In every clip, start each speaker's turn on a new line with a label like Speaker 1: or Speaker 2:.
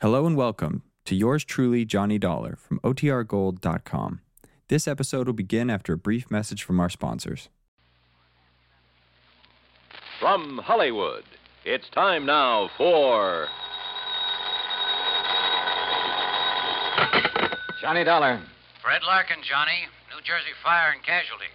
Speaker 1: Hello and welcome to yours truly, Johnny Dollar from OTRGold.com. This episode will begin after a brief message from our sponsors.
Speaker 2: From Hollywood, it's time now for.
Speaker 3: Johnny Dollar.
Speaker 4: Fred Larkin, Johnny. New Jersey Fire and Casualty.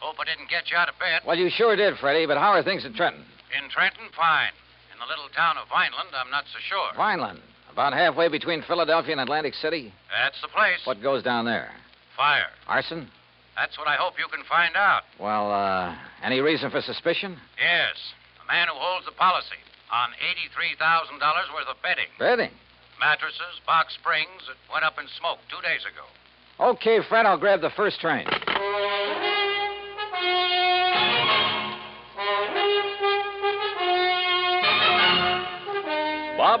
Speaker 4: Hope I didn't get you out of bed.
Speaker 3: Well, you sure did, Freddie, but how are things at Trenton?
Speaker 4: In Trenton, fine. In the little town of Vineland, I'm not so sure.
Speaker 3: Vineland. About halfway between Philadelphia and Atlantic City.
Speaker 4: That's the place.
Speaker 3: What goes down there?
Speaker 4: Fire.
Speaker 3: Arson?
Speaker 4: That's what I hope you can find out.
Speaker 3: Well, uh, any reason for suspicion?
Speaker 4: Yes. The man who holds the policy on $83,000 worth of bedding,
Speaker 3: Betting.
Speaker 4: mattresses, box springs that went up in smoke two days ago.
Speaker 3: Okay, Fred, I'll grab the first train.
Speaker 2: Bob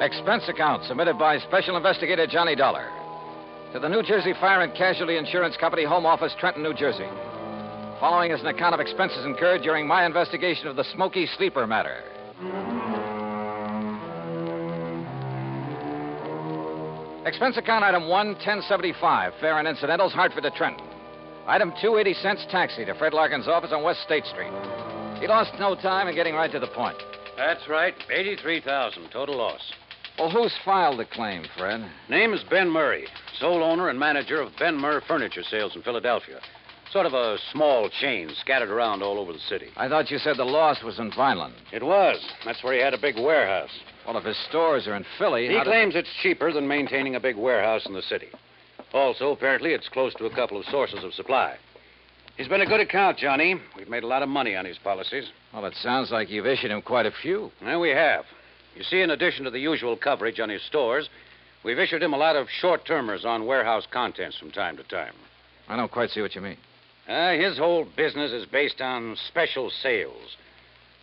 Speaker 3: Expense account submitted by Special Investigator Johnny Dollar to the New Jersey Fire and Casualty Insurance Company Home Office, Trenton, New Jersey. Following is an account of expenses incurred during my investigation of the Smoky Sleeper matter. Expense account item 1, 1075, fare and incidentals, Hartford to Trenton. Item 2, 80 cents, taxi to Fred Larkin's office on West State Street. He lost no time in getting right to the point.
Speaker 5: That's right. 83,000 total loss.
Speaker 3: Well, who's filed the claim, Fred?
Speaker 5: Name is Ben Murray, sole owner and manager of Ben Murray Furniture Sales in Philadelphia. Sort of a small chain scattered around all over the city.
Speaker 3: I thought you said the loss was in Vineland.
Speaker 5: It was. That's where he had a big warehouse.
Speaker 3: Well, if his stores are in Philly,
Speaker 5: He
Speaker 3: how did-
Speaker 5: claims it's cheaper than maintaining a big warehouse in the city. Also, apparently, it's close to a couple of sources of supply. He's been a good account, Johnny. We've made a lot of money on his policies.
Speaker 3: Well, it sounds like you've issued him quite a few.
Speaker 5: Now we have. You see, in addition to the usual coverage on his stores, we've issued him a lot of short termers on warehouse contents from time to time.
Speaker 3: I don't quite see what you mean.
Speaker 5: Uh, his whole business is based on special sales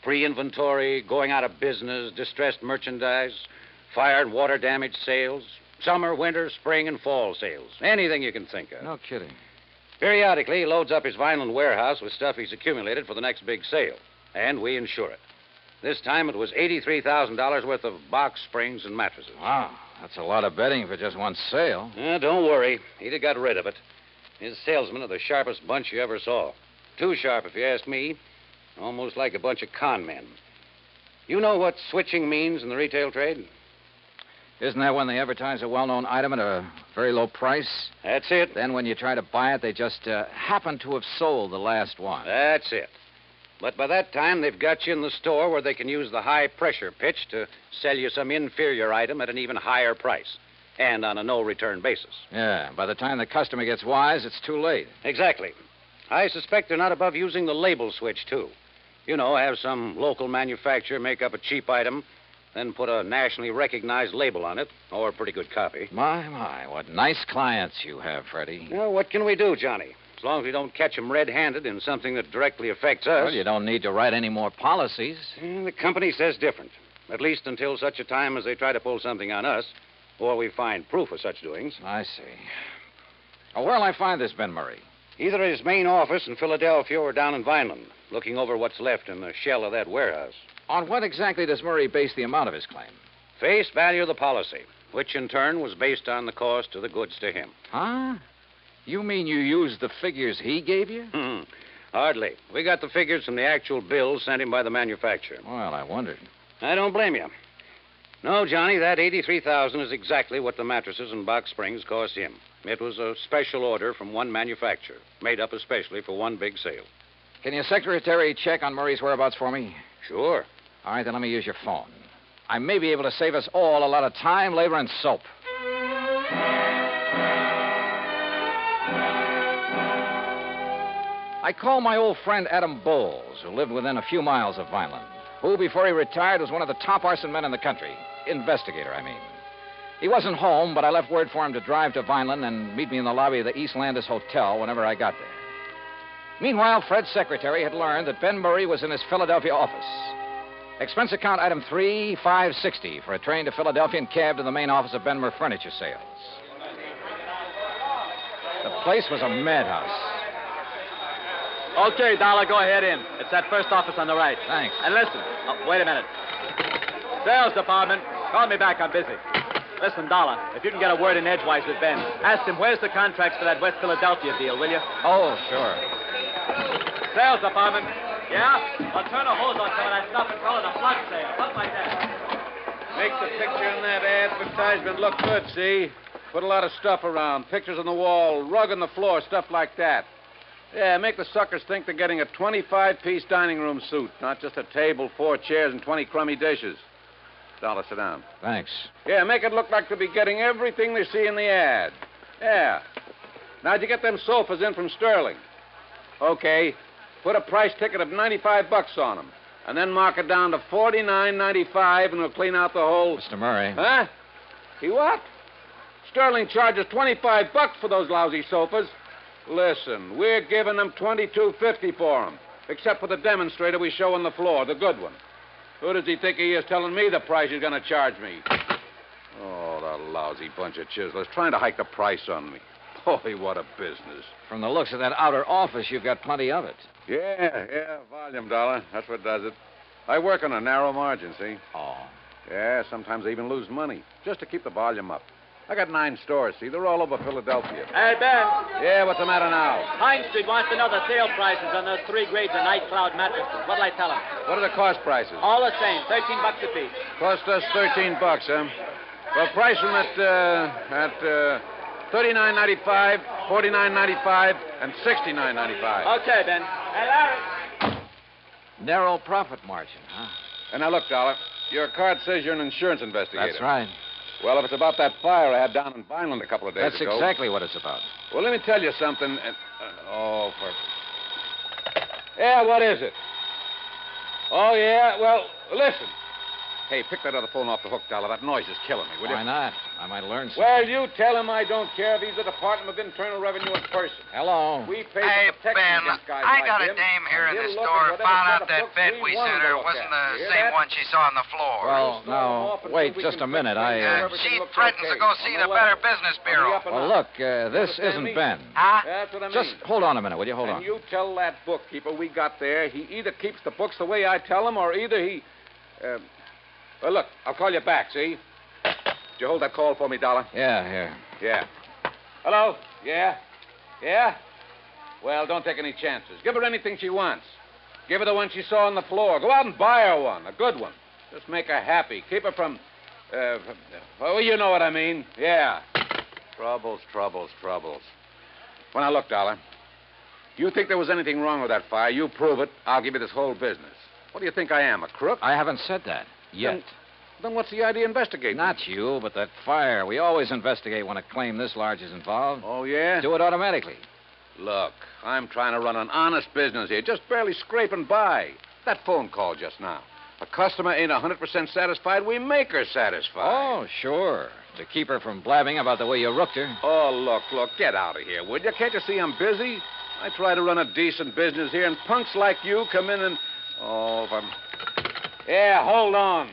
Speaker 5: free inventory, going out of business, distressed merchandise, fire and water damage sales, summer, winter, spring, and fall sales. Anything you can think of.
Speaker 3: No kidding.
Speaker 5: Periodically, he loads up his Vineland warehouse with stuff he's accumulated for the next big sale, and we insure it. This time it was $83,000 worth of box springs and mattresses.
Speaker 3: Wow, that's a lot of betting for just one sale.
Speaker 5: Yeah, don't worry. He'd have got rid of it. His salesmen are the sharpest bunch you ever saw. Too sharp, if you ask me. Almost like a bunch of con men. You know what switching means in the retail trade?
Speaker 3: Isn't that when they advertise a well-known item at a very low price?
Speaker 5: That's it.
Speaker 3: Then when you try to buy it, they just uh, happen to have sold the last one.
Speaker 5: That's it. But by that time, they've got you in the store where they can use the high pressure pitch to sell you some inferior item at an even higher price and on a no return basis.
Speaker 3: Yeah, by the time the customer gets wise, it's too late.
Speaker 5: Exactly. I suspect they're not above using the label switch, too. You know, have some local manufacturer make up a cheap item, then put a nationally recognized label on it, or a pretty good copy.
Speaker 3: My, my, what nice clients you have, Freddie.
Speaker 5: Now, what can we do, Johnny? As long as we don't catch 'em red handed in something that directly affects us.
Speaker 3: Well, you don't need to write any more policies.
Speaker 5: Eh, The company says different, at least until such a time as they try to pull something on us, or we find proof of such doings.
Speaker 3: I see. Oh, where'll I find this Ben Murray?
Speaker 5: Either at his main office in Philadelphia or down in Vineland, looking over what's left in the shell of that warehouse.
Speaker 3: On what exactly does Murray base the amount of his claim?
Speaker 5: Face value of the policy, which in turn was based on the cost of the goods to him.
Speaker 3: Huh? You mean you used the figures he gave you?
Speaker 5: Hmm. Hardly. We got the figures from the actual bills sent him by the manufacturer.
Speaker 3: Well, I wondered.
Speaker 5: I don't blame you. No, Johnny, that 83000 is exactly what the mattresses and box springs cost him. It was a special order from one manufacturer, made up especially for one big sale.
Speaker 3: Can your secretary check on Murray's whereabouts for me?
Speaker 5: Sure.
Speaker 3: All right, then let me use your phone. I may be able to save us all a lot of time, labor, and soap. I called my old friend Adam Bowles, who lived within a few miles of Vineland, who, before he retired, was one of the top arson men in the country. Investigator, I mean. He wasn't home, but I left word for him to drive to Vineland and meet me in the lobby of the East Landis Hotel whenever I got there. Meanwhile, Fred's secretary had learned that Ben Murray was in his Philadelphia office. Expense account item 3560 for a train to Philadelphia and cab to the main office of Ben Murray Furniture Sales. The place was a madhouse.
Speaker 6: Okay, Dollar, go ahead in. It's that first office on the right.
Speaker 3: Thanks.
Speaker 6: And listen. Oh, wait a minute. Sales department, call me back. I'm busy. Listen, Dollar, if you can get a word in edgewise with Ben, ask him where's the contracts for that West Philadelphia deal, will you?
Speaker 3: Oh, sure.
Speaker 6: Sales department. Yeah? I'll turn a hose on some of that stuff and call it a flood sale. Up like that.
Speaker 7: Make the picture in that advertisement look good, see? Put a lot of stuff around. Pictures on the wall, rug on the floor, stuff like that. Yeah, make the suckers think they're getting a 25 piece dining room suite, not just a table, four chairs, and 20 crummy dishes. Dollar, sit down.
Speaker 3: Thanks.
Speaker 7: Yeah, make it look like they'll be getting everything they see in the ad. Yeah. Now'd you get them sofas in from Sterling? Okay. Put a price ticket of 95 bucks on them. And then mark it down to 49.95 and we'll clean out the whole.
Speaker 3: Mr. Murray.
Speaker 7: Huh? He what? Sterling charges 25 bucks for those lousy sofas. Listen, we're giving them 22.50 for them, except for the demonstrator we show on the floor, the good one. Who does he think he is telling me the price he's going to charge me? Oh, the lousy bunch of chiselers trying to hike the price on me. Boy, what a business.
Speaker 3: From the looks of that outer office, you've got plenty of it.
Speaker 7: Yeah, yeah, volume dollar. That's what does it. I work on a narrow margin, see?
Speaker 3: Oh.
Speaker 7: Yeah, sometimes I even lose money just to keep the volume up. I got nine stores, see? They're all over Philadelphia.
Speaker 6: Hey, Ben.
Speaker 7: Yeah, what's the matter now?
Speaker 6: Pine Street wants to know the sale prices on those three grades of night cloud mattresses. What'll I tell him?
Speaker 7: What are the cost prices?
Speaker 6: All the same, 13 bucks a piece.
Speaker 7: Cost us 13 bucks, huh? Well, price them at, uh, at, uh, 39.95, 49.95, and 69.95.
Speaker 6: Okay, Ben. Hey, Larry.
Speaker 3: Narrow profit margin, huh?
Speaker 7: And now look, Dollar, your card says you're an insurance investigator.
Speaker 3: That's right.
Speaker 7: Well, if it's about that fire I had down in Vineland a couple of days
Speaker 3: That's
Speaker 7: ago.
Speaker 3: exactly what it's about.
Speaker 7: Well, let me tell you something. and- uh, oh, for. Yeah, what is it? Oh, yeah, well, listen. Hey, pick that other phone off the hook, Dollar. That noise is killing me, will you?
Speaker 3: Why not? I might learn something.
Speaker 7: Well, you tell him I don't care if he's the Department of Internal Revenue in person.
Speaker 3: Hello.
Speaker 7: We pay
Speaker 4: Hey,
Speaker 7: for protection
Speaker 4: Ben,
Speaker 7: against guys
Speaker 4: I
Speaker 7: like
Speaker 4: got a
Speaker 7: him,
Speaker 4: dame here in
Speaker 7: and
Speaker 4: the
Speaker 7: he'll look
Speaker 4: store
Speaker 7: at
Speaker 4: and
Speaker 7: whatever
Speaker 4: found
Speaker 7: kind
Speaker 4: out
Speaker 7: of
Speaker 4: that
Speaker 7: books
Speaker 4: bet we
Speaker 7: want
Speaker 4: sent
Speaker 7: to
Speaker 4: her
Speaker 7: look
Speaker 4: wasn't
Speaker 7: at.
Speaker 4: the
Speaker 7: Hear
Speaker 4: same
Speaker 7: that?
Speaker 4: one she saw on the floor.
Speaker 3: Well,
Speaker 7: Stall
Speaker 3: no.
Speaker 7: off until
Speaker 3: Wait
Speaker 7: we
Speaker 3: just
Speaker 7: can
Speaker 3: a minute.
Speaker 7: fix
Speaker 3: I.
Speaker 7: things.
Speaker 3: Uh...
Speaker 4: Uh, she threatens to go see the Better Business Bureau.
Speaker 3: Well, look, uh, this isn't Ben.
Speaker 4: Huh?
Speaker 7: That's what I mean.
Speaker 3: Just hold on a minute, will you? Hold
Speaker 7: and
Speaker 3: on.
Speaker 7: you tell that bookkeeper we got there, he either keeps the books the way I tell him, or either he. Uh, well, look, I'll call you back, see? Did you hold that call for me, Dollar?
Speaker 3: Yeah, here.
Speaker 7: Yeah. Hello? Yeah? Yeah? Well, don't take any chances. Give her anything she wants. Give her the one she saw on the floor. Go out and buy her one, a good one. Just make her happy. Keep her from. Uh, from- well, you know what I mean. Yeah. Troubles, troubles, troubles. Well, now look, Dollar. You think there was anything wrong with that fire? You prove it. I'll give you this whole business. What do you think I am, a crook?
Speaker 3: I haven't said that yet.
Speaker 7: Then- Then what's the idea investigating?
Speaker 3: Not you, but that fire. We always investigate when a claim this large is involved.
Speaker 7: Oh, yeah?
Speaker 3: Do it automatically.
Speaker 7: Look, I'm trying to run an honest business here, just barely scraping by. That phone call just now. A customer ain't 100% satisfied, we make her satisfied.
Speaker 3: Oh, sure. To keep her from blabbing about the way you rooked her.
Speaker 7: Oh, look, look, get out of here, would you? Can't you see I'm busy? I try to run a decent business here, and punks like you come in and. Oh, if I'm. Yeah, hold on.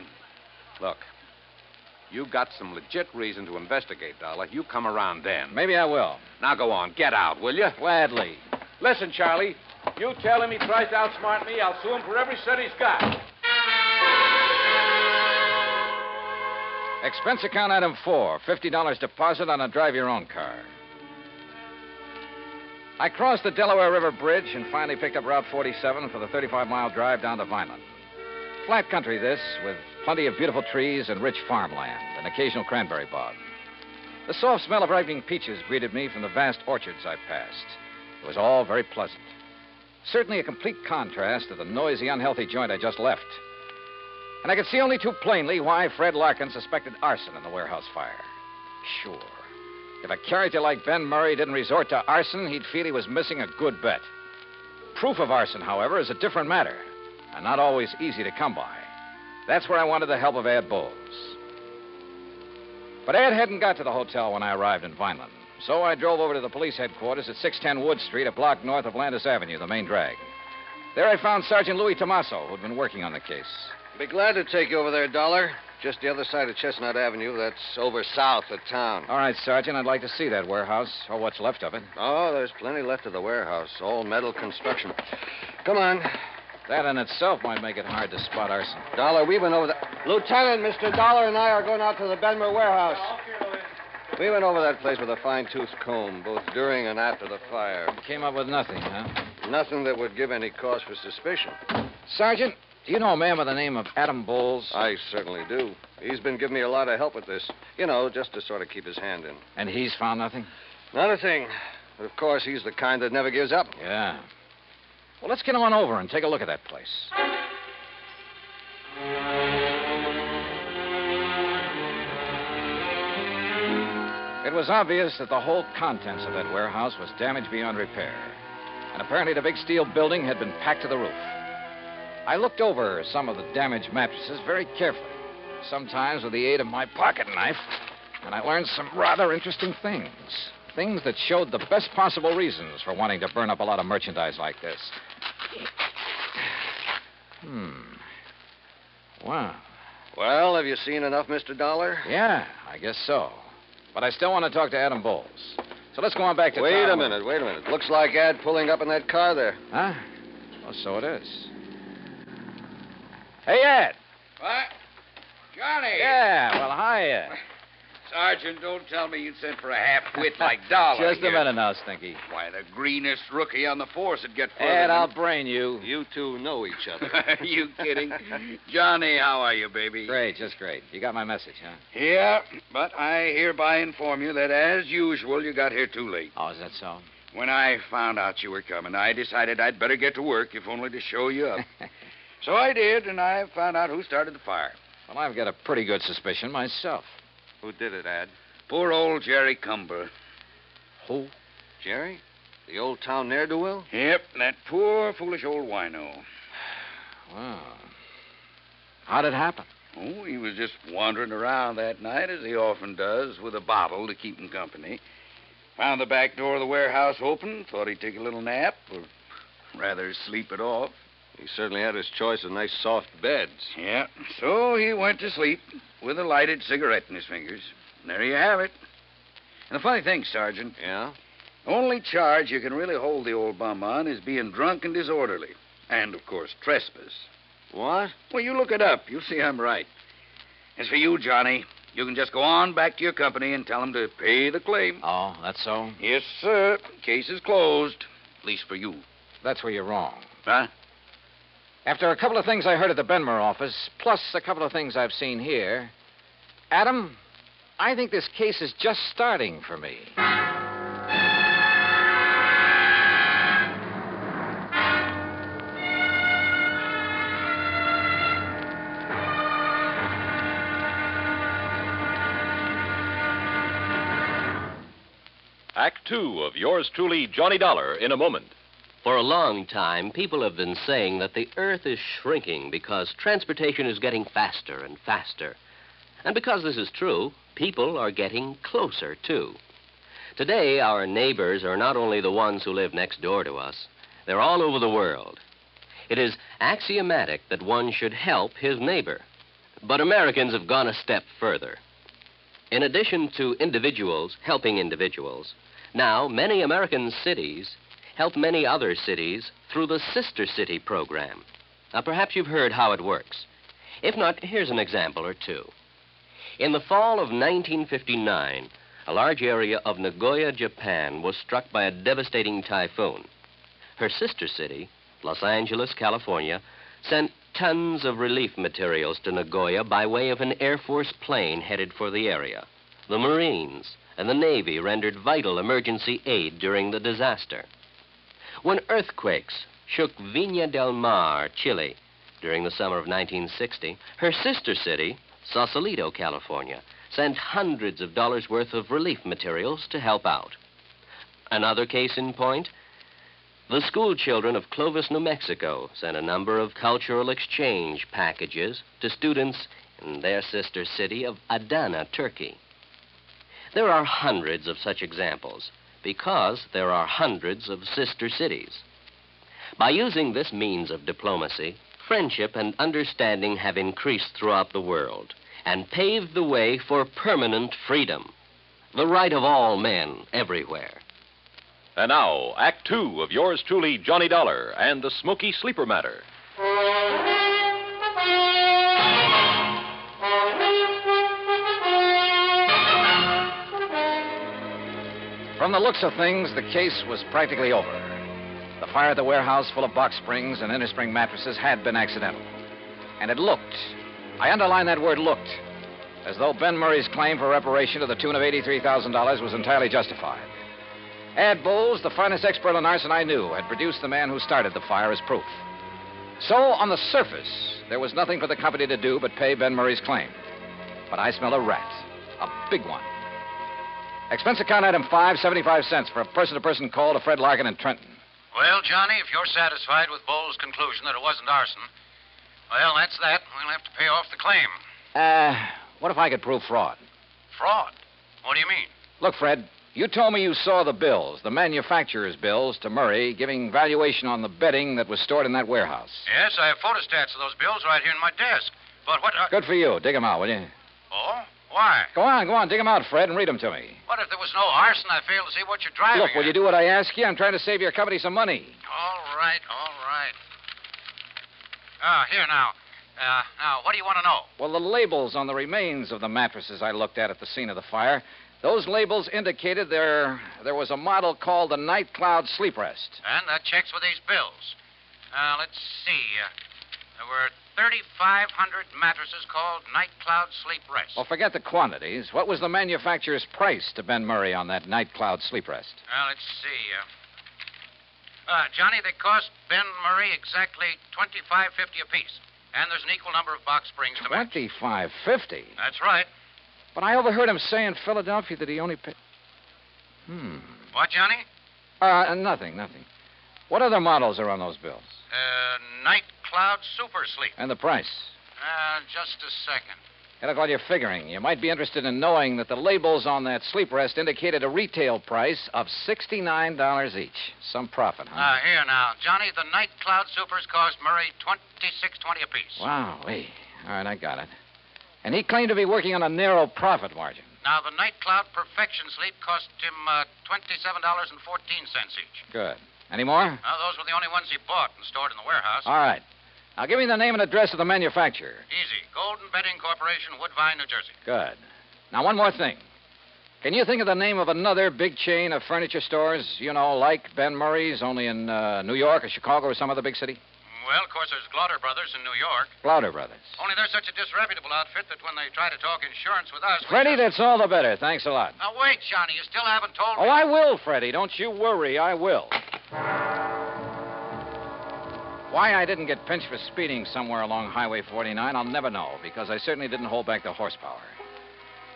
Speaker 7: Look, you got some legit reason to investigate, Dollar. You come around then.
Speaker 3: Maybe I will.
Speaker 7: Now go on, get out, will you?
Speaker 3: Gladly.
Speaker 7: Listen, Charlie. You tell him he tries to outsmart me, I'll sue him for every cent he's got.
Speaker 3: Expense account item four $50 deposit on a drive your own car. I crossed the Delaware River Bridge and finally picked up Route 47 for the 35 mile drive down to Vineland. Flat country, this, with plenty of beautiful trees and rich farmland, an occasional cranberry bog. The soft smell of ripening peaches greeted me from the vast orchards I passed. It was all very pleasant. Certainly a complete contrast to the noisy, unhealthy joint I just left. And I could see only too plainly why Fred Larkin suspected arson in the warehouse fire. Sure. If a character like Ben Murray didn't resort to arson, he'd feel he was missing a good bet. Proof of arson, however, is a different matter, and not always easy to come by. That's where I wanted the help of Ad Bowles. But Ed hadn't got to the hotel when I arrived in Vineland. So I drove over to the police headquarters at 610 Wood Street, a block north of Landis Avenue, the main drag. There I found Sergeant Louis Tomaso, who'd been working on the case.
Speaker 5: Be glad to take you over there, Dollar. Just the other side of Chestnut Avenue. That's over south of town.
Speaker 3: All right, Sergeant, I'd like to see that warehouse, or what's left of it.
Speaker 5: Oh, there's plenty left of the warehouse. All metal construction. Come on.
Speaker 3: That in itself might make it hard to spot arson.
Speaker 5: Dollar, we went over that. Lieutenant, Mr. Dollar and I are going out to the Benmer warehouse. We went over that place with a fine tooth comb, both during and after the fire.
Speaker 3: Came up with nothing, huh?
Speaker 5: Nothing that would give any cause for suspicion.
Speaker 3: Sergeant, Uh, do you know a man by the name of Adam Bowles?
Speaker 5: I certainly do. He's been giving me a lot of help with this. You know, just to sort of keep his hand in.
Speaker 3: And he's found nothing?
Speaker 5: Not a thing. But of course, he's the kind that never gives up.
Speaker 3: Yeah. Well, let's get on over and take a look at that place. It was obvious that the whole contents of that warehouse was damaged beyond repair. And apparently, the big steel building had been packed to the roof. I looked over some of the damaged mattresses very carefully, sometimes with the aid of my pocket knife, and I learned some rather interesting things. Things that showed the best possible reasons for wanting to burn up a lot of merchandise like this. Hmm. Wow.
Speaker 5: Well, have you seen enough, Mr. Dollar?
Speaker 3: Yeah, I guess so. But I still want to talk to Adam Bowles. So let's go on back to
Speaker 5: Wait
Speaker 3: town.
Speaker 5: a minute, wait a minute. Looks like Ad pulling up in that car there.
Speaker 3: Huh? Well, so it is. Hey, Ed.
Speaker 8: What? Johnny!
Speaker 3: Yeah, well, hi, Ed.
Speaker 8: Sergeant, don't tell me you sent for a half-wit like Dollar.
Speaker 3: Just a
Speaker 8: here.
Speaker 3: minute now, Stinky.
Speaker 8: Why, the greenest rookie on the force would get further
Speaker 3: Ed,
Speaker 8: than-
Speaker 3: I'll brain you.
Speaker 5: You two know each other.
Speaker 8: you kidding? Johnny, how are you, baby?
Speaker 3: Great, just great. You got my message, huh?
Speaker 8: Yeah, but I hereby inform you that, as usual, you got here too late.
Speaker 3: Oh, is that so?
Speaker 8: When I found out you were coming, I decided I'd better get to work, if only to show you up. so I did, and I found out who started the fire.
Speaker 3: Well, I've got a pretty good suspicion myself.
Speaker 8: Who did it, Ad? Poor old Jerry Cumber.
Speaker 3: Who?
Speaker 5: Jerry? The old town ne'er do well?
Speaker 8: Yep, that poor, foolish old wino.
Speaker 3: Wow. How'd it happen?
Speaker 8: Oh, he was just wandering around that night, as he often does, with a bottle to keep him company. Found the back door of the warehouse open, thought he'd take a little nap, or rather sleep it off.
Speaker 5: He certainly had his choice of nice soft beds.
Speaker 8: Yeah, so he went to sleep with a lighted cigarette in his fingers. And there you have it. And the funny thing, Sergeant,
Speaker 5: Yeah?
Speaker 8: only charge you can really hold the old bum on is being drunk and disorderly. And, of course, trespass.
Speaker 5: What?
Speaker 8: Well, you look it up. You'll see I'm right. As for you, Johnny, you can just go on back to your company and tell them to pay the claim.
Speaker 3: Oh, that's so?
Speaker 8: Yes, sir. Case is closed. At least for you.
Speaker 3: That's where you're wrong.
Speaker 8: Huh?
Speaker 3: After a couple of things I heard at the Benmer office, plus a couple of things I've seen here, Adam, I think this case is just starting for me.
Speaker 2: Act two of yours truly, Johnny Dollar, in a moment.
Speaker 9: For a long time, people have been saying that the Earth is shrinking because transportation is getting faster and faster. And because this is true, people are getting closer, too. Today, our neighbors are not only the ones who live next door to us, they're all over the world. It is axiomatic that one should help his neighbor. But Americans have gone a step further. In addition to individuals helping individuals, now many American cities help many other cities through the Sister City program. Now, perhaps you've heard how it works. If not, here's an example or two. In the fall of 1959, a large area of Nagoya, Japan, was struck by a devastating typhoon. Her sister city, Los Angeles, California, sent tons of relief materials to Nagoya by way of an Air Force plane headed for the area. The Marines and the Navy rendered vital emergency aid during the disaster when earthquakes shook Viña del Mar, Chile, during the summer of 1960, her sister city, Sausalito, California, sent hundreds of dollars worth of relief materials to help out. Another case in point the school children of Clovis, New Mexico, sent a number of cultural exchange packages to students in their sister city of Adana, Turkey. There are hundreds of such examples because there are hundreds of sister cities. By using this means of diplomacy, friendship and understanding have increased throughout the world and paved the way for permanent freedom, the right of all men everywhere.
Speaker 2: And now, Act Two of yours truly, Johnny Dollar and the Smoky Sleeper Matter.
Speaker 3: From the looks of things, the case was practically over. The fire at the warehouse full of box springs and innerspring mattresses had been accidental. And it looked, I underline that word looked, as though Ben Murray's claim for reparation to the tune of $83,000 was entirely justified. Ad Bowles, the finest expert on arson I knew, had produced the man who started the fire as proof. So, on the surface, there was nothing for the company to do but pay Ben Murray's claim. But I smell a rat, a big one. Expense account item five, seventy-five cents for a person-to-person call to Fred Larkin in Trenton.
Speaker 4: Well, Johnny, if you're satisfied with Bowles' conclusion that it wasn't arson, well, that's that. We'll have to pay off the claim.
Speaker 3: Uh, what if I could prove fraud?
Speaker 4: Fraud? What do you mean?
Speaker 3: Look, Fred, you told me you saw the bills, the manufacturer's bills, to Murray, giving valuation on the bedding that was stored in that warehouse.
Speaker 4: Yes, I have photostats of those bills right here in my desk. But what? Are...
Speaker 3: Good for you. Dig 'em out, will you?
Speaker 4: Oh, why?
Speaker 3: Go on, go on. Dig 'em out, Fred, and read 'em to me.
Speaker 4: What if there was no arson? I fail to see what you're driving.
Speaker 3: Look, will
Speaker 4: at.
Speaker 3: you do what I ask you? I'm trying to save your company some money.
Speaker 4: All right, all right. Ah, here now. Uh, now, what do you want to know?
Speaker 3: Well, the labels on the remains of the mattresses I looked at at the scene of the fire, those labels indicated there there was a model called the Night Cloud Sleep Rest.
Speaker 4: And that checks with these bills. Uh, let's see. Uh, there were 3,500 mattresses called Night Cloud Sleep Rest.
Speaker 3: Well, forget the quantities. What was the manufacturer's price to Ben Murray on that Night Cloud Sleep Rest?
Speaker 4: Uh, let's see. Uh, uh, Johnny, they cost Ben Murray exactly twenty-five fifty apiece, and there's an equal number of box springs to match.
Speaker 3: Twenty-five fifty.
Speaker 4: That's right.
Speaker 3: But I overheard him say in Philadelphia that he only paid. Hmm.
Speaker 4: What, Johnny?
Speaker 3: Uh, nothing, nothing. What other models are on those bills?
Speaker 4: Uh, Night Cloud Super Sleep.
Speaker 3: And the price?
Speaker 4: Uh, just a second.
Speaker 3: And look, all your figuring, you might be interested in knowing that the labels on that sleep rest indicated a retail price of $69 each. Some profit, huh?
Speaker 4: Uh, here now, Johnny, the Night Cloud Supers cost Murray twenty-six twenty apiece.
Speaker 3: Wow, hey. All right, I got it. And he claimed to be working on a narrow profit margin.
Speaker 4: Now, the Night Cloud Perfection Sleep cost him uh, twenty-seven dollars and fourteen cents each.
Speaker 3: Good. Any more?
Speaker 4: Now, those were the only ones he bought and stored in the warehouse.
Speaker 3: All right. Now give me the name and address of the manufacturer.
Speaker 4: Easy. Golden Bedding Corporation, Woodbine, New Jersey.
Speaker 3: Good. Now, one more thing. Can you think of the name of another big chain of furniture stores, you know, like Ben Murray's, only in uh, New York or Chicago or some other big city?
Speaker 4: Well, of course, there's Glauder Brothers in New York.
Speaker 3: Lauder Brothers.
Speaker 4: Only they're such a disreputable outfit that when they try to talk insurance with us. we-
Speaker 3: Freddie, that's all the better. Thanks a lot.
Speaker 4: Now, wait, Johnny. You still haven't told me.
Speaker 3: Oh, I will, Freddie. Don't you worry. I will. Why I didn't get pinched for speeding somewhere along Highway 49, I'll never know, because I certainly didn't hold back the horsepower.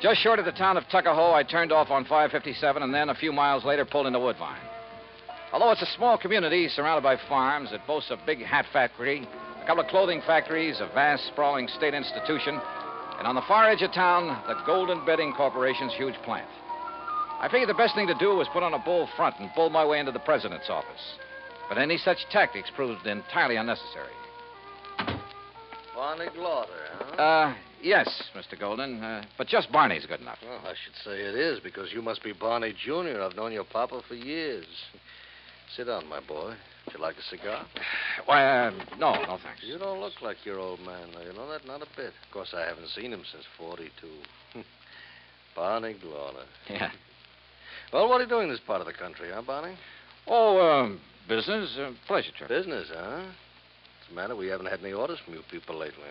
Speaker 3: Just short of the town of Tuckahoe, I turned off on 557 and then a few miles later pulled into Woodbine. Although it's a small community surrounded by farms, it boasts a big hat factory, a couple of clothing factories, a vast, sprawling state institution, and on the far edge of town, the Golden Bedding Corporation's huge plant. I figured the best thing to do was put on a bold front and bull my way into the president's office. But any such tactics proved entirely unnecessary.
Speaker 10: Barney Lauder, huh?
Speaker 3: Uh, yes, Mr. Golden, uh, but just Barney's good enough.
Speaker 10: Well, I should say it is, because you must be Barney Jr. I've known your papa for years. Sit down, my boy. Would you like a cigar?
Speaker 3: Why, uh, no, no thanks.
Speaker 10: You don't look like your old man, though. You know that? Not a bit. Of course, I haven't seen him since 42. Barney Glauder.
Speaker 3: Yeah.
Speaker 10: Well, what are you doing in this part of the country, huh, Barney?
Speaker 3: Oh, um, business, uh, pleasure trip.
Speaker 10: Business, huh? What's the matter? We haven't had any orders from you people lately,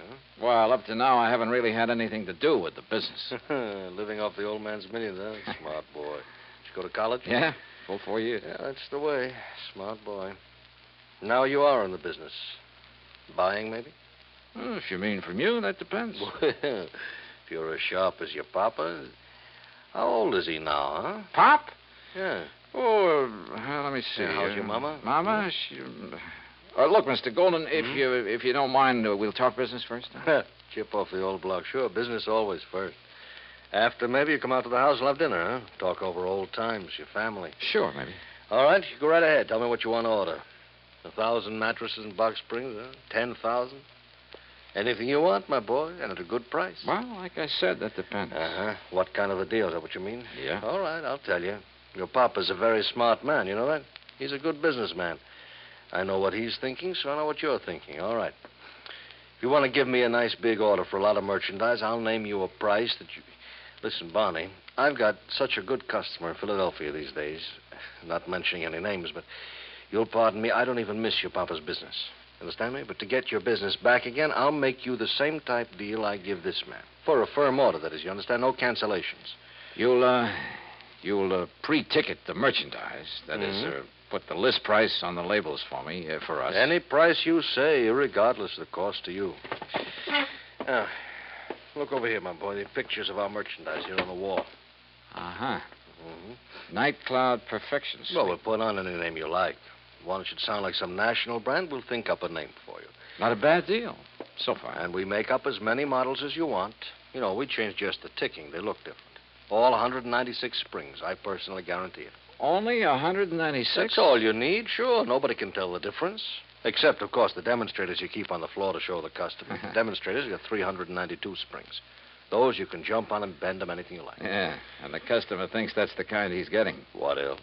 Speaker 3: Well, up to now, I haven't really had anything to do with the business.
Speaker 10: huh? Living off the old man's millions, huh? Smart boy. Did you go to college?
Speaker 3: yeah, full four years.
Speaker 10: Yeah, that's the way. Smart boy. Now you are in the business. Buying, maybe?
Speaker 3: Well, if you mean from you, that depends.
Speaker 10: Well, if you're as sharp as your papa. How old is he now,
Speaker 3: Pop?
Speaker 10: huh? Yeah.
Speaker 3: Oh, uh, let me see.
Speaker 10: Yeah, how's your
Speaker 3: Uh,
Speaker 10: mama? Hmm?
Speaker 3: Mama, she. Uh, look, Mr. Golden, if you if you don't mind, uh, we'll talk business first.
Speaker 10: Chip off the old block. Sure, business always first. After maybe you come out to the house and have dinner, huh? Talk over old times, your family.
Speaker 3: Sure, maybe.
Speaker 10: All right, you go right ahead. Tell me what you want to order. A thousand mattresses in Box Springs, huh? Ten thousand? Anything you want, my boy, and at a good price.
Speaker 3: Well, like I said, that depends.
Speaker 10: Uh huh. What kind of a deal? Is that what you mean?
Speaker 3: Yeah.
Speaker 10: All right, I'll tell you. Your papa's a very smart man, you know that? He's a good businessman. I know what he's thinking, so I know what you're thinking. All right. If you want to give me a nice big order for a lot of merchandise, I'll name you a price that you. Listen, Barney, I've got such a good customer in Philadelphia these days. Not mentioning any names, but you'll pardon me, I don't even miss your papa's business. Understand me? But to get your business back again, I'll make you the same type deal I give this man. For a firm order, that is, you understand? No cancellations.
Speaker 3: You'll, uh, you'll uh, pre-ticket the merchandise. That is,
Speaker 10: Mhm.
Speaker 3: uh, put the list price on the labels for me, uh, for us.
Speaker 10: Any price you say, regardless of the cost to you.
Speaker 3: Hmm.
Speaker 10: Now, look over here, my boy. The pictures of our merchandise here on the wall.
Speaker 3: Uh-huh.
Speaker 10: Mm-hmm.
Speaker 3: Night Cloud Perfection. Suite.
Speaker 10: Well, we'll put on any name you like. One that should sound like some national brand, we'll think up a name for you.
Speaker 3: Not a bad deal. So far.
Speaker 10: And we make up as many models as you want. You know, we change just the ticking. They look different. All 196 springs. I personally guarantee it.
Speaker 3: Only 196.
Speaker 10: That's all you need, sure. Nobody can tell the difference. Except, of course, the demonstrators you keep on the floor to show the customer. the demonstrators, you got 392 springs. Those you can jump on and bend them anything you like.
Speaker 3: Yeah, and the customer thinks that's the kind he's getting.
Speaker 10: What else?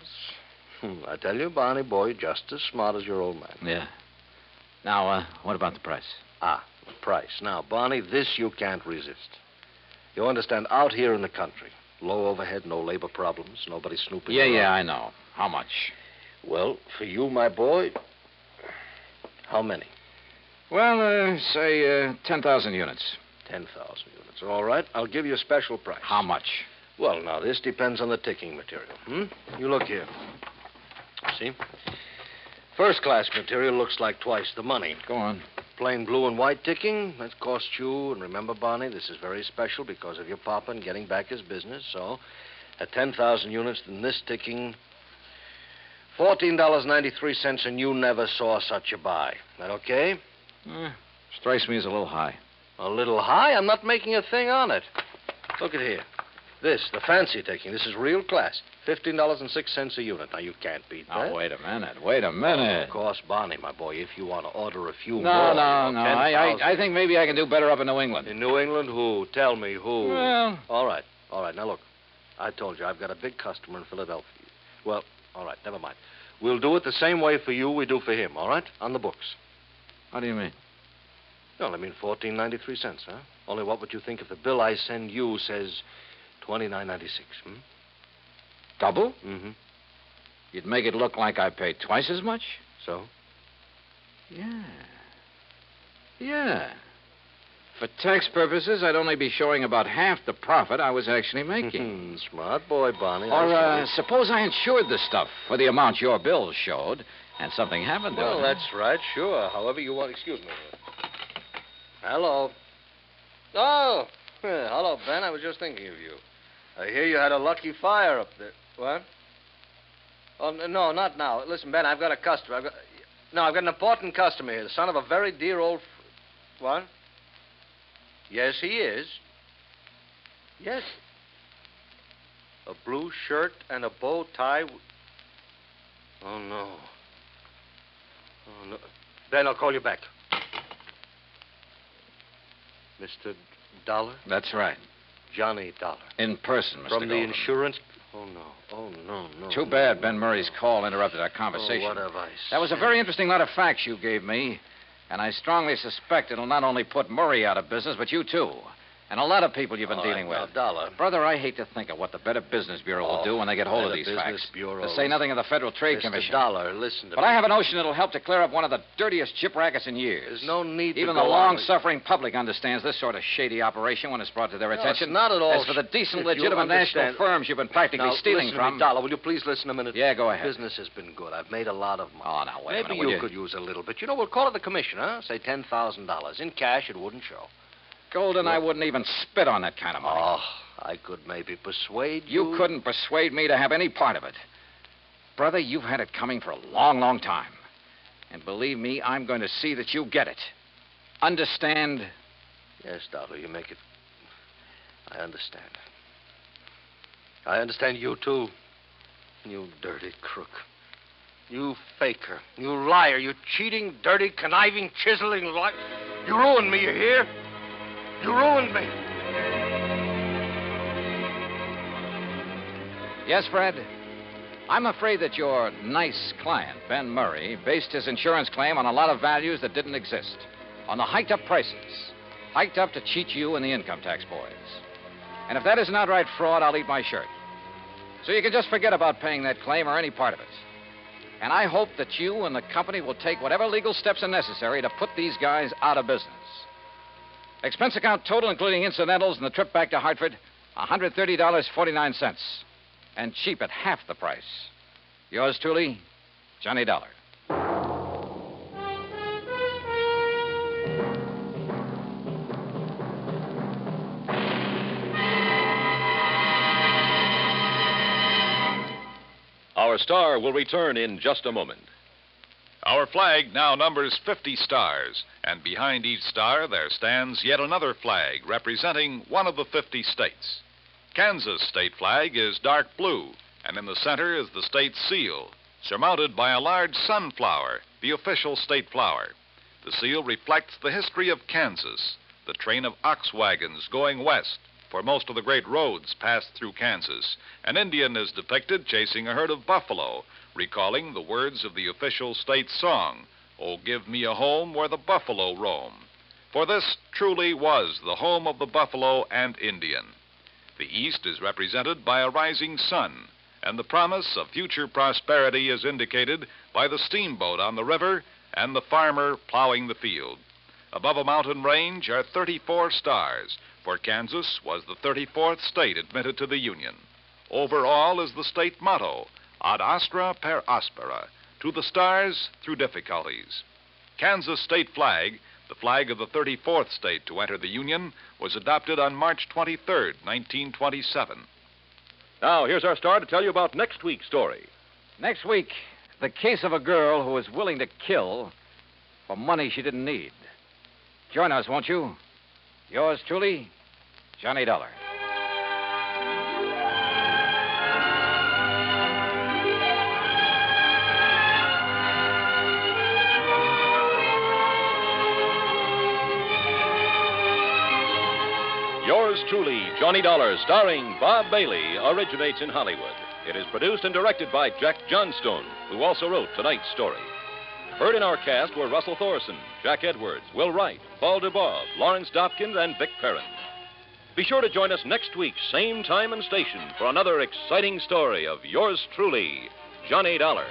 Speaker 10: Hmm, I tell you, Barney boy, you're just as smart as your old man.
Speaker 3: Yeah. Now, uh, what about the price?
Speaker 10: Ah, the price. Now, Barney, this you can't resist. You understand, out here in the country, low overhead, no labor problems, nobody snooping.
Speaker 3: yeah,
Speaker 10: around.
Speaker 3: yeah, I know. How much?
Speaker 10: Well, for you, my boy, how many?
Speaker 3: Well, uh, say uh, 10,000 units.
Speaker 10: 10,000 units. All right, I'll give you a special price.
Speaker 3: How much?
Speaker 10: Well, now, this depends on the ticking material. Hmm? You look here. See? First class material looks like twice the money.
Speaker 3: Go on.
Speaker 10: Plain blue and white ticking, that costs you, and remember, Barney, this is very special because of your papa and getting back his business, so at 10,000 units, then this ticking, $14.93, and you never saw such a buy. That okay?
Speaker 3: Eh, strikes me as a little high.
Speaker 10: A little high? I'm not making a thing on it. Look at here. This, the fancy ticking, this is real class. $15.06 a unit. Now, you can't beat
Speaker 3: Now,
Speaker 10: that.
Speaker 3: wait a minute. Wait a minute.
Speaker 10: Of course, Barney, my boy, if you want to order a few
Speaker 3: No,
Speaker 10: more.
Speaker 3: no, no.
Speaker 10: you know,
Speaker 3: I,
Speaker 10: 10,000.
Speaker 3: I, I think maybe I can do better up in New England.
Speaker 10: In New England, who? Tell me who.
Speaker 3: Well,
Speaker 10: All right, all right. Now look, I told you I've got a big customer in Philadelphia. Well, all right, never mind. We'll do it the same way for you we do for him. All right, on the books.
Speaker 3: how do you mean?
Speaker 10: Well, I mean fourteen ninety-three cents, huh? Only what would you think if the bill I send you says twenty-nine ninety-six? Hmm?
Speaker 3: Double?
Speaker 10: Mm-hmm.
Speaker 3: You'd make it look like I paid twice as much?
Speaker 10: So,
Speaker 3: Yeah. Yeah. For tax purposes, I'd only be showing about half the profit I was actually making.
Speaker 10: Hmm, smart boy, Barney. I
Speaker 3: Or uh,
Speaker 10: see.
Speaker 3: suppose I insured the stuff for the amount your bill showed, and something happened to it.
Speaker 10: Well, that's right, sure. However you want. Excuse me. Hello. Oh, eh, hello, Ben. I was just thinking of you. I hear you had a lucky fire up there. What? Oh, n- no, not now. Listen, Ben, I've got a customer. I've got... No, I've got an important customer here, the son of a very dear old. F- what? Yes, he is. Yes. A blue shirt and a bow tie. w- Oh, no. Oh, no. Ben, I'll call you back. Mr. Dollar?
Speaker 3: That's right.
Speaker 10: Johnny Dollar.
Speaker 3: In person, Mr.
Speaker 10: From the
Speaker 3: Goldman.
Speaker 10: insurance. Oh, no. Oh, no, no.
Speaker 3: Too
Speaker 10: no,
Speaker 3: bad
Speaker 10: no,
Speaker 3: Ben Murray's
Speaker 10: no.
Speaker 3: call interrupted our
Speaker 10: Oh,
Speaker 3: conversation.
Speaker 10: what have I
Speaker 3: that was a
Speaker 10: said?
Speaker 3: very interesting lot of facts you gave me, and I strongly suspect it'll not only put Murray out of business, but you too, and a lot of people you've been
Speaker 10: All right,
Speaker 3: dealing
Speaker 10: now,
Speaker 3: with.
Speaker 10: Dollar.
Speaker 3: Brother, I hate to think of what the Better Business Bureau will
Speaker 10: Oh,
Speaker 3: do when they get hold of
Speaker 10: Better
Speaker 3: these
Speaker 10: Business
Speaker 3: facts.
Speaker 10: Bureau.
Speaker 3: To say nothing of the Federal Trade
Speaker 10: Mr.
Speaker 3: Commission.
Speaker 10: Dollar, listen to
Speaker 3: But
Speaker 10: me.
Speaker 3: I have a notion it'll help to clear up one of the dirtiest shipwreckers in years.
Speaker 10: There's no need to
Speaker 3: Even
Speaker 10: go
Speaker 3: the
Speaker 10: on
Speaker 3: long
Speaker 10: with-
Speaker 3: suffering public understands this sort of shady operation when it's brought to their
Speaker 10: No,
Speaker 3: attention.
Speaker 10: it's not at all
Speaker 3: As for the
Speaker 10: sh-
Speaker 3: decent,
Speaker 10: if you
Speaker 3: legitimate national
Speaker 10: understand-
Speaker 3: firms you've been practically
Speaker 10: Now,
Speaker 3: stealing
Speaker 10: listen to me,
Speaker 3: from.
Speaker 10: Dollar, will you please listen a minute?
Speaker 3: Yeah, go ahead.
Speaker 10: Business has been good. I've made a lot of money.
Speaker 3: Oh, now, wait a
Speaker 10: Maybe
Speaker 3: minute, will
Speaker 10: you
Speaker 3: you?
Speaker 10: could use a little bit. You know, we'll call it the commission, huh? Say $10,000. In cash, it wouldn't show.
Speaker 3: Golden, I wouldn't even spit on that kind of money.
Speaker 10: Oh, I could maybe persuade you.
Speaker 3: you, couldn't persuade me to have any part of it. Brother, you've had it coming for a long, long time. And believe me, I'm going to see that you get it. Understand?
Speaker 10: Yes, Dollar, you make it. I understand. I understand you, too. You dirty crook. You faker. You liar. You cheating, dirty, conniving, chiseling liar. You ruined me, you hear? You ruined me.
Speaker 3: Yes, Fred? I'm afraid that your nice client, Ben Murray, based his insurance claim on a lot of values that didn't exist, on the hiked up prices, hiked up to cheat you and the income tax boys. And if that isn't outright fraud, I'll eat my shirt. So you can just forget about paying that claim or any part of it. And I hope that you and the company will take whatever legal steps are necessary to put these guys out of business. Expense account total, including incidentals and the trip back to Hartford, $130.49 and cheap at half the price. Yours truly, Johnny Dollar.
Speaker 2: Our star will return in just a moment.
Speaker 11: Our flag now numbers 50 stars, and behind each star there stands yet another flag representing one of the 50 states. Kansas' state flag is dark blue, and in the center is the state seal, surmounted by a large sunflower, the official state flower. The seal reflects the history of Kansas, the train of ox wagons going west, for most of the great roads passed through Kansas. An Indian is depicted chasing a herd of buffalo, recalling the words of the official state song, Oh, give me a home where the buffalo roam. For this truly was the home of the buffalo and Indian. The East is represented by a rising sun, and the promise of future prosperity is indicated by the steamboat on the river and the farmer plowing the field. Above a mountain range are 34 stars, for Kansas was the 34th state admitted to the Union. Overall is the state motto ad astra per aspera, to the stars through difficulties. Kansas state flag, the flag of the 34th state to enter the Union, was adopted on March 23, 1927.
Speaker 2: Now, here's our star to tell you about next week's story.
Speaker 3: Next week, the case of a girl who was willing to kill for money she didn't need. Join us, won't you? Yours truly, Johnny Dollar.
Speaker 2: Yours truly, Johnny Dollar, starring Bob Bailey, originates in Hollywood. It is produced and directed by Jack Johnstone, who also wrote tonight's story. Heard in our cast were Russell Thorson, Jack Edwards, Will Wright, Paul DeBov, Lawrence Dopkins, and Vic Perrin. Be sure to join us next week, same time and station, for another exciting story of yours truly, Johnny Dollar.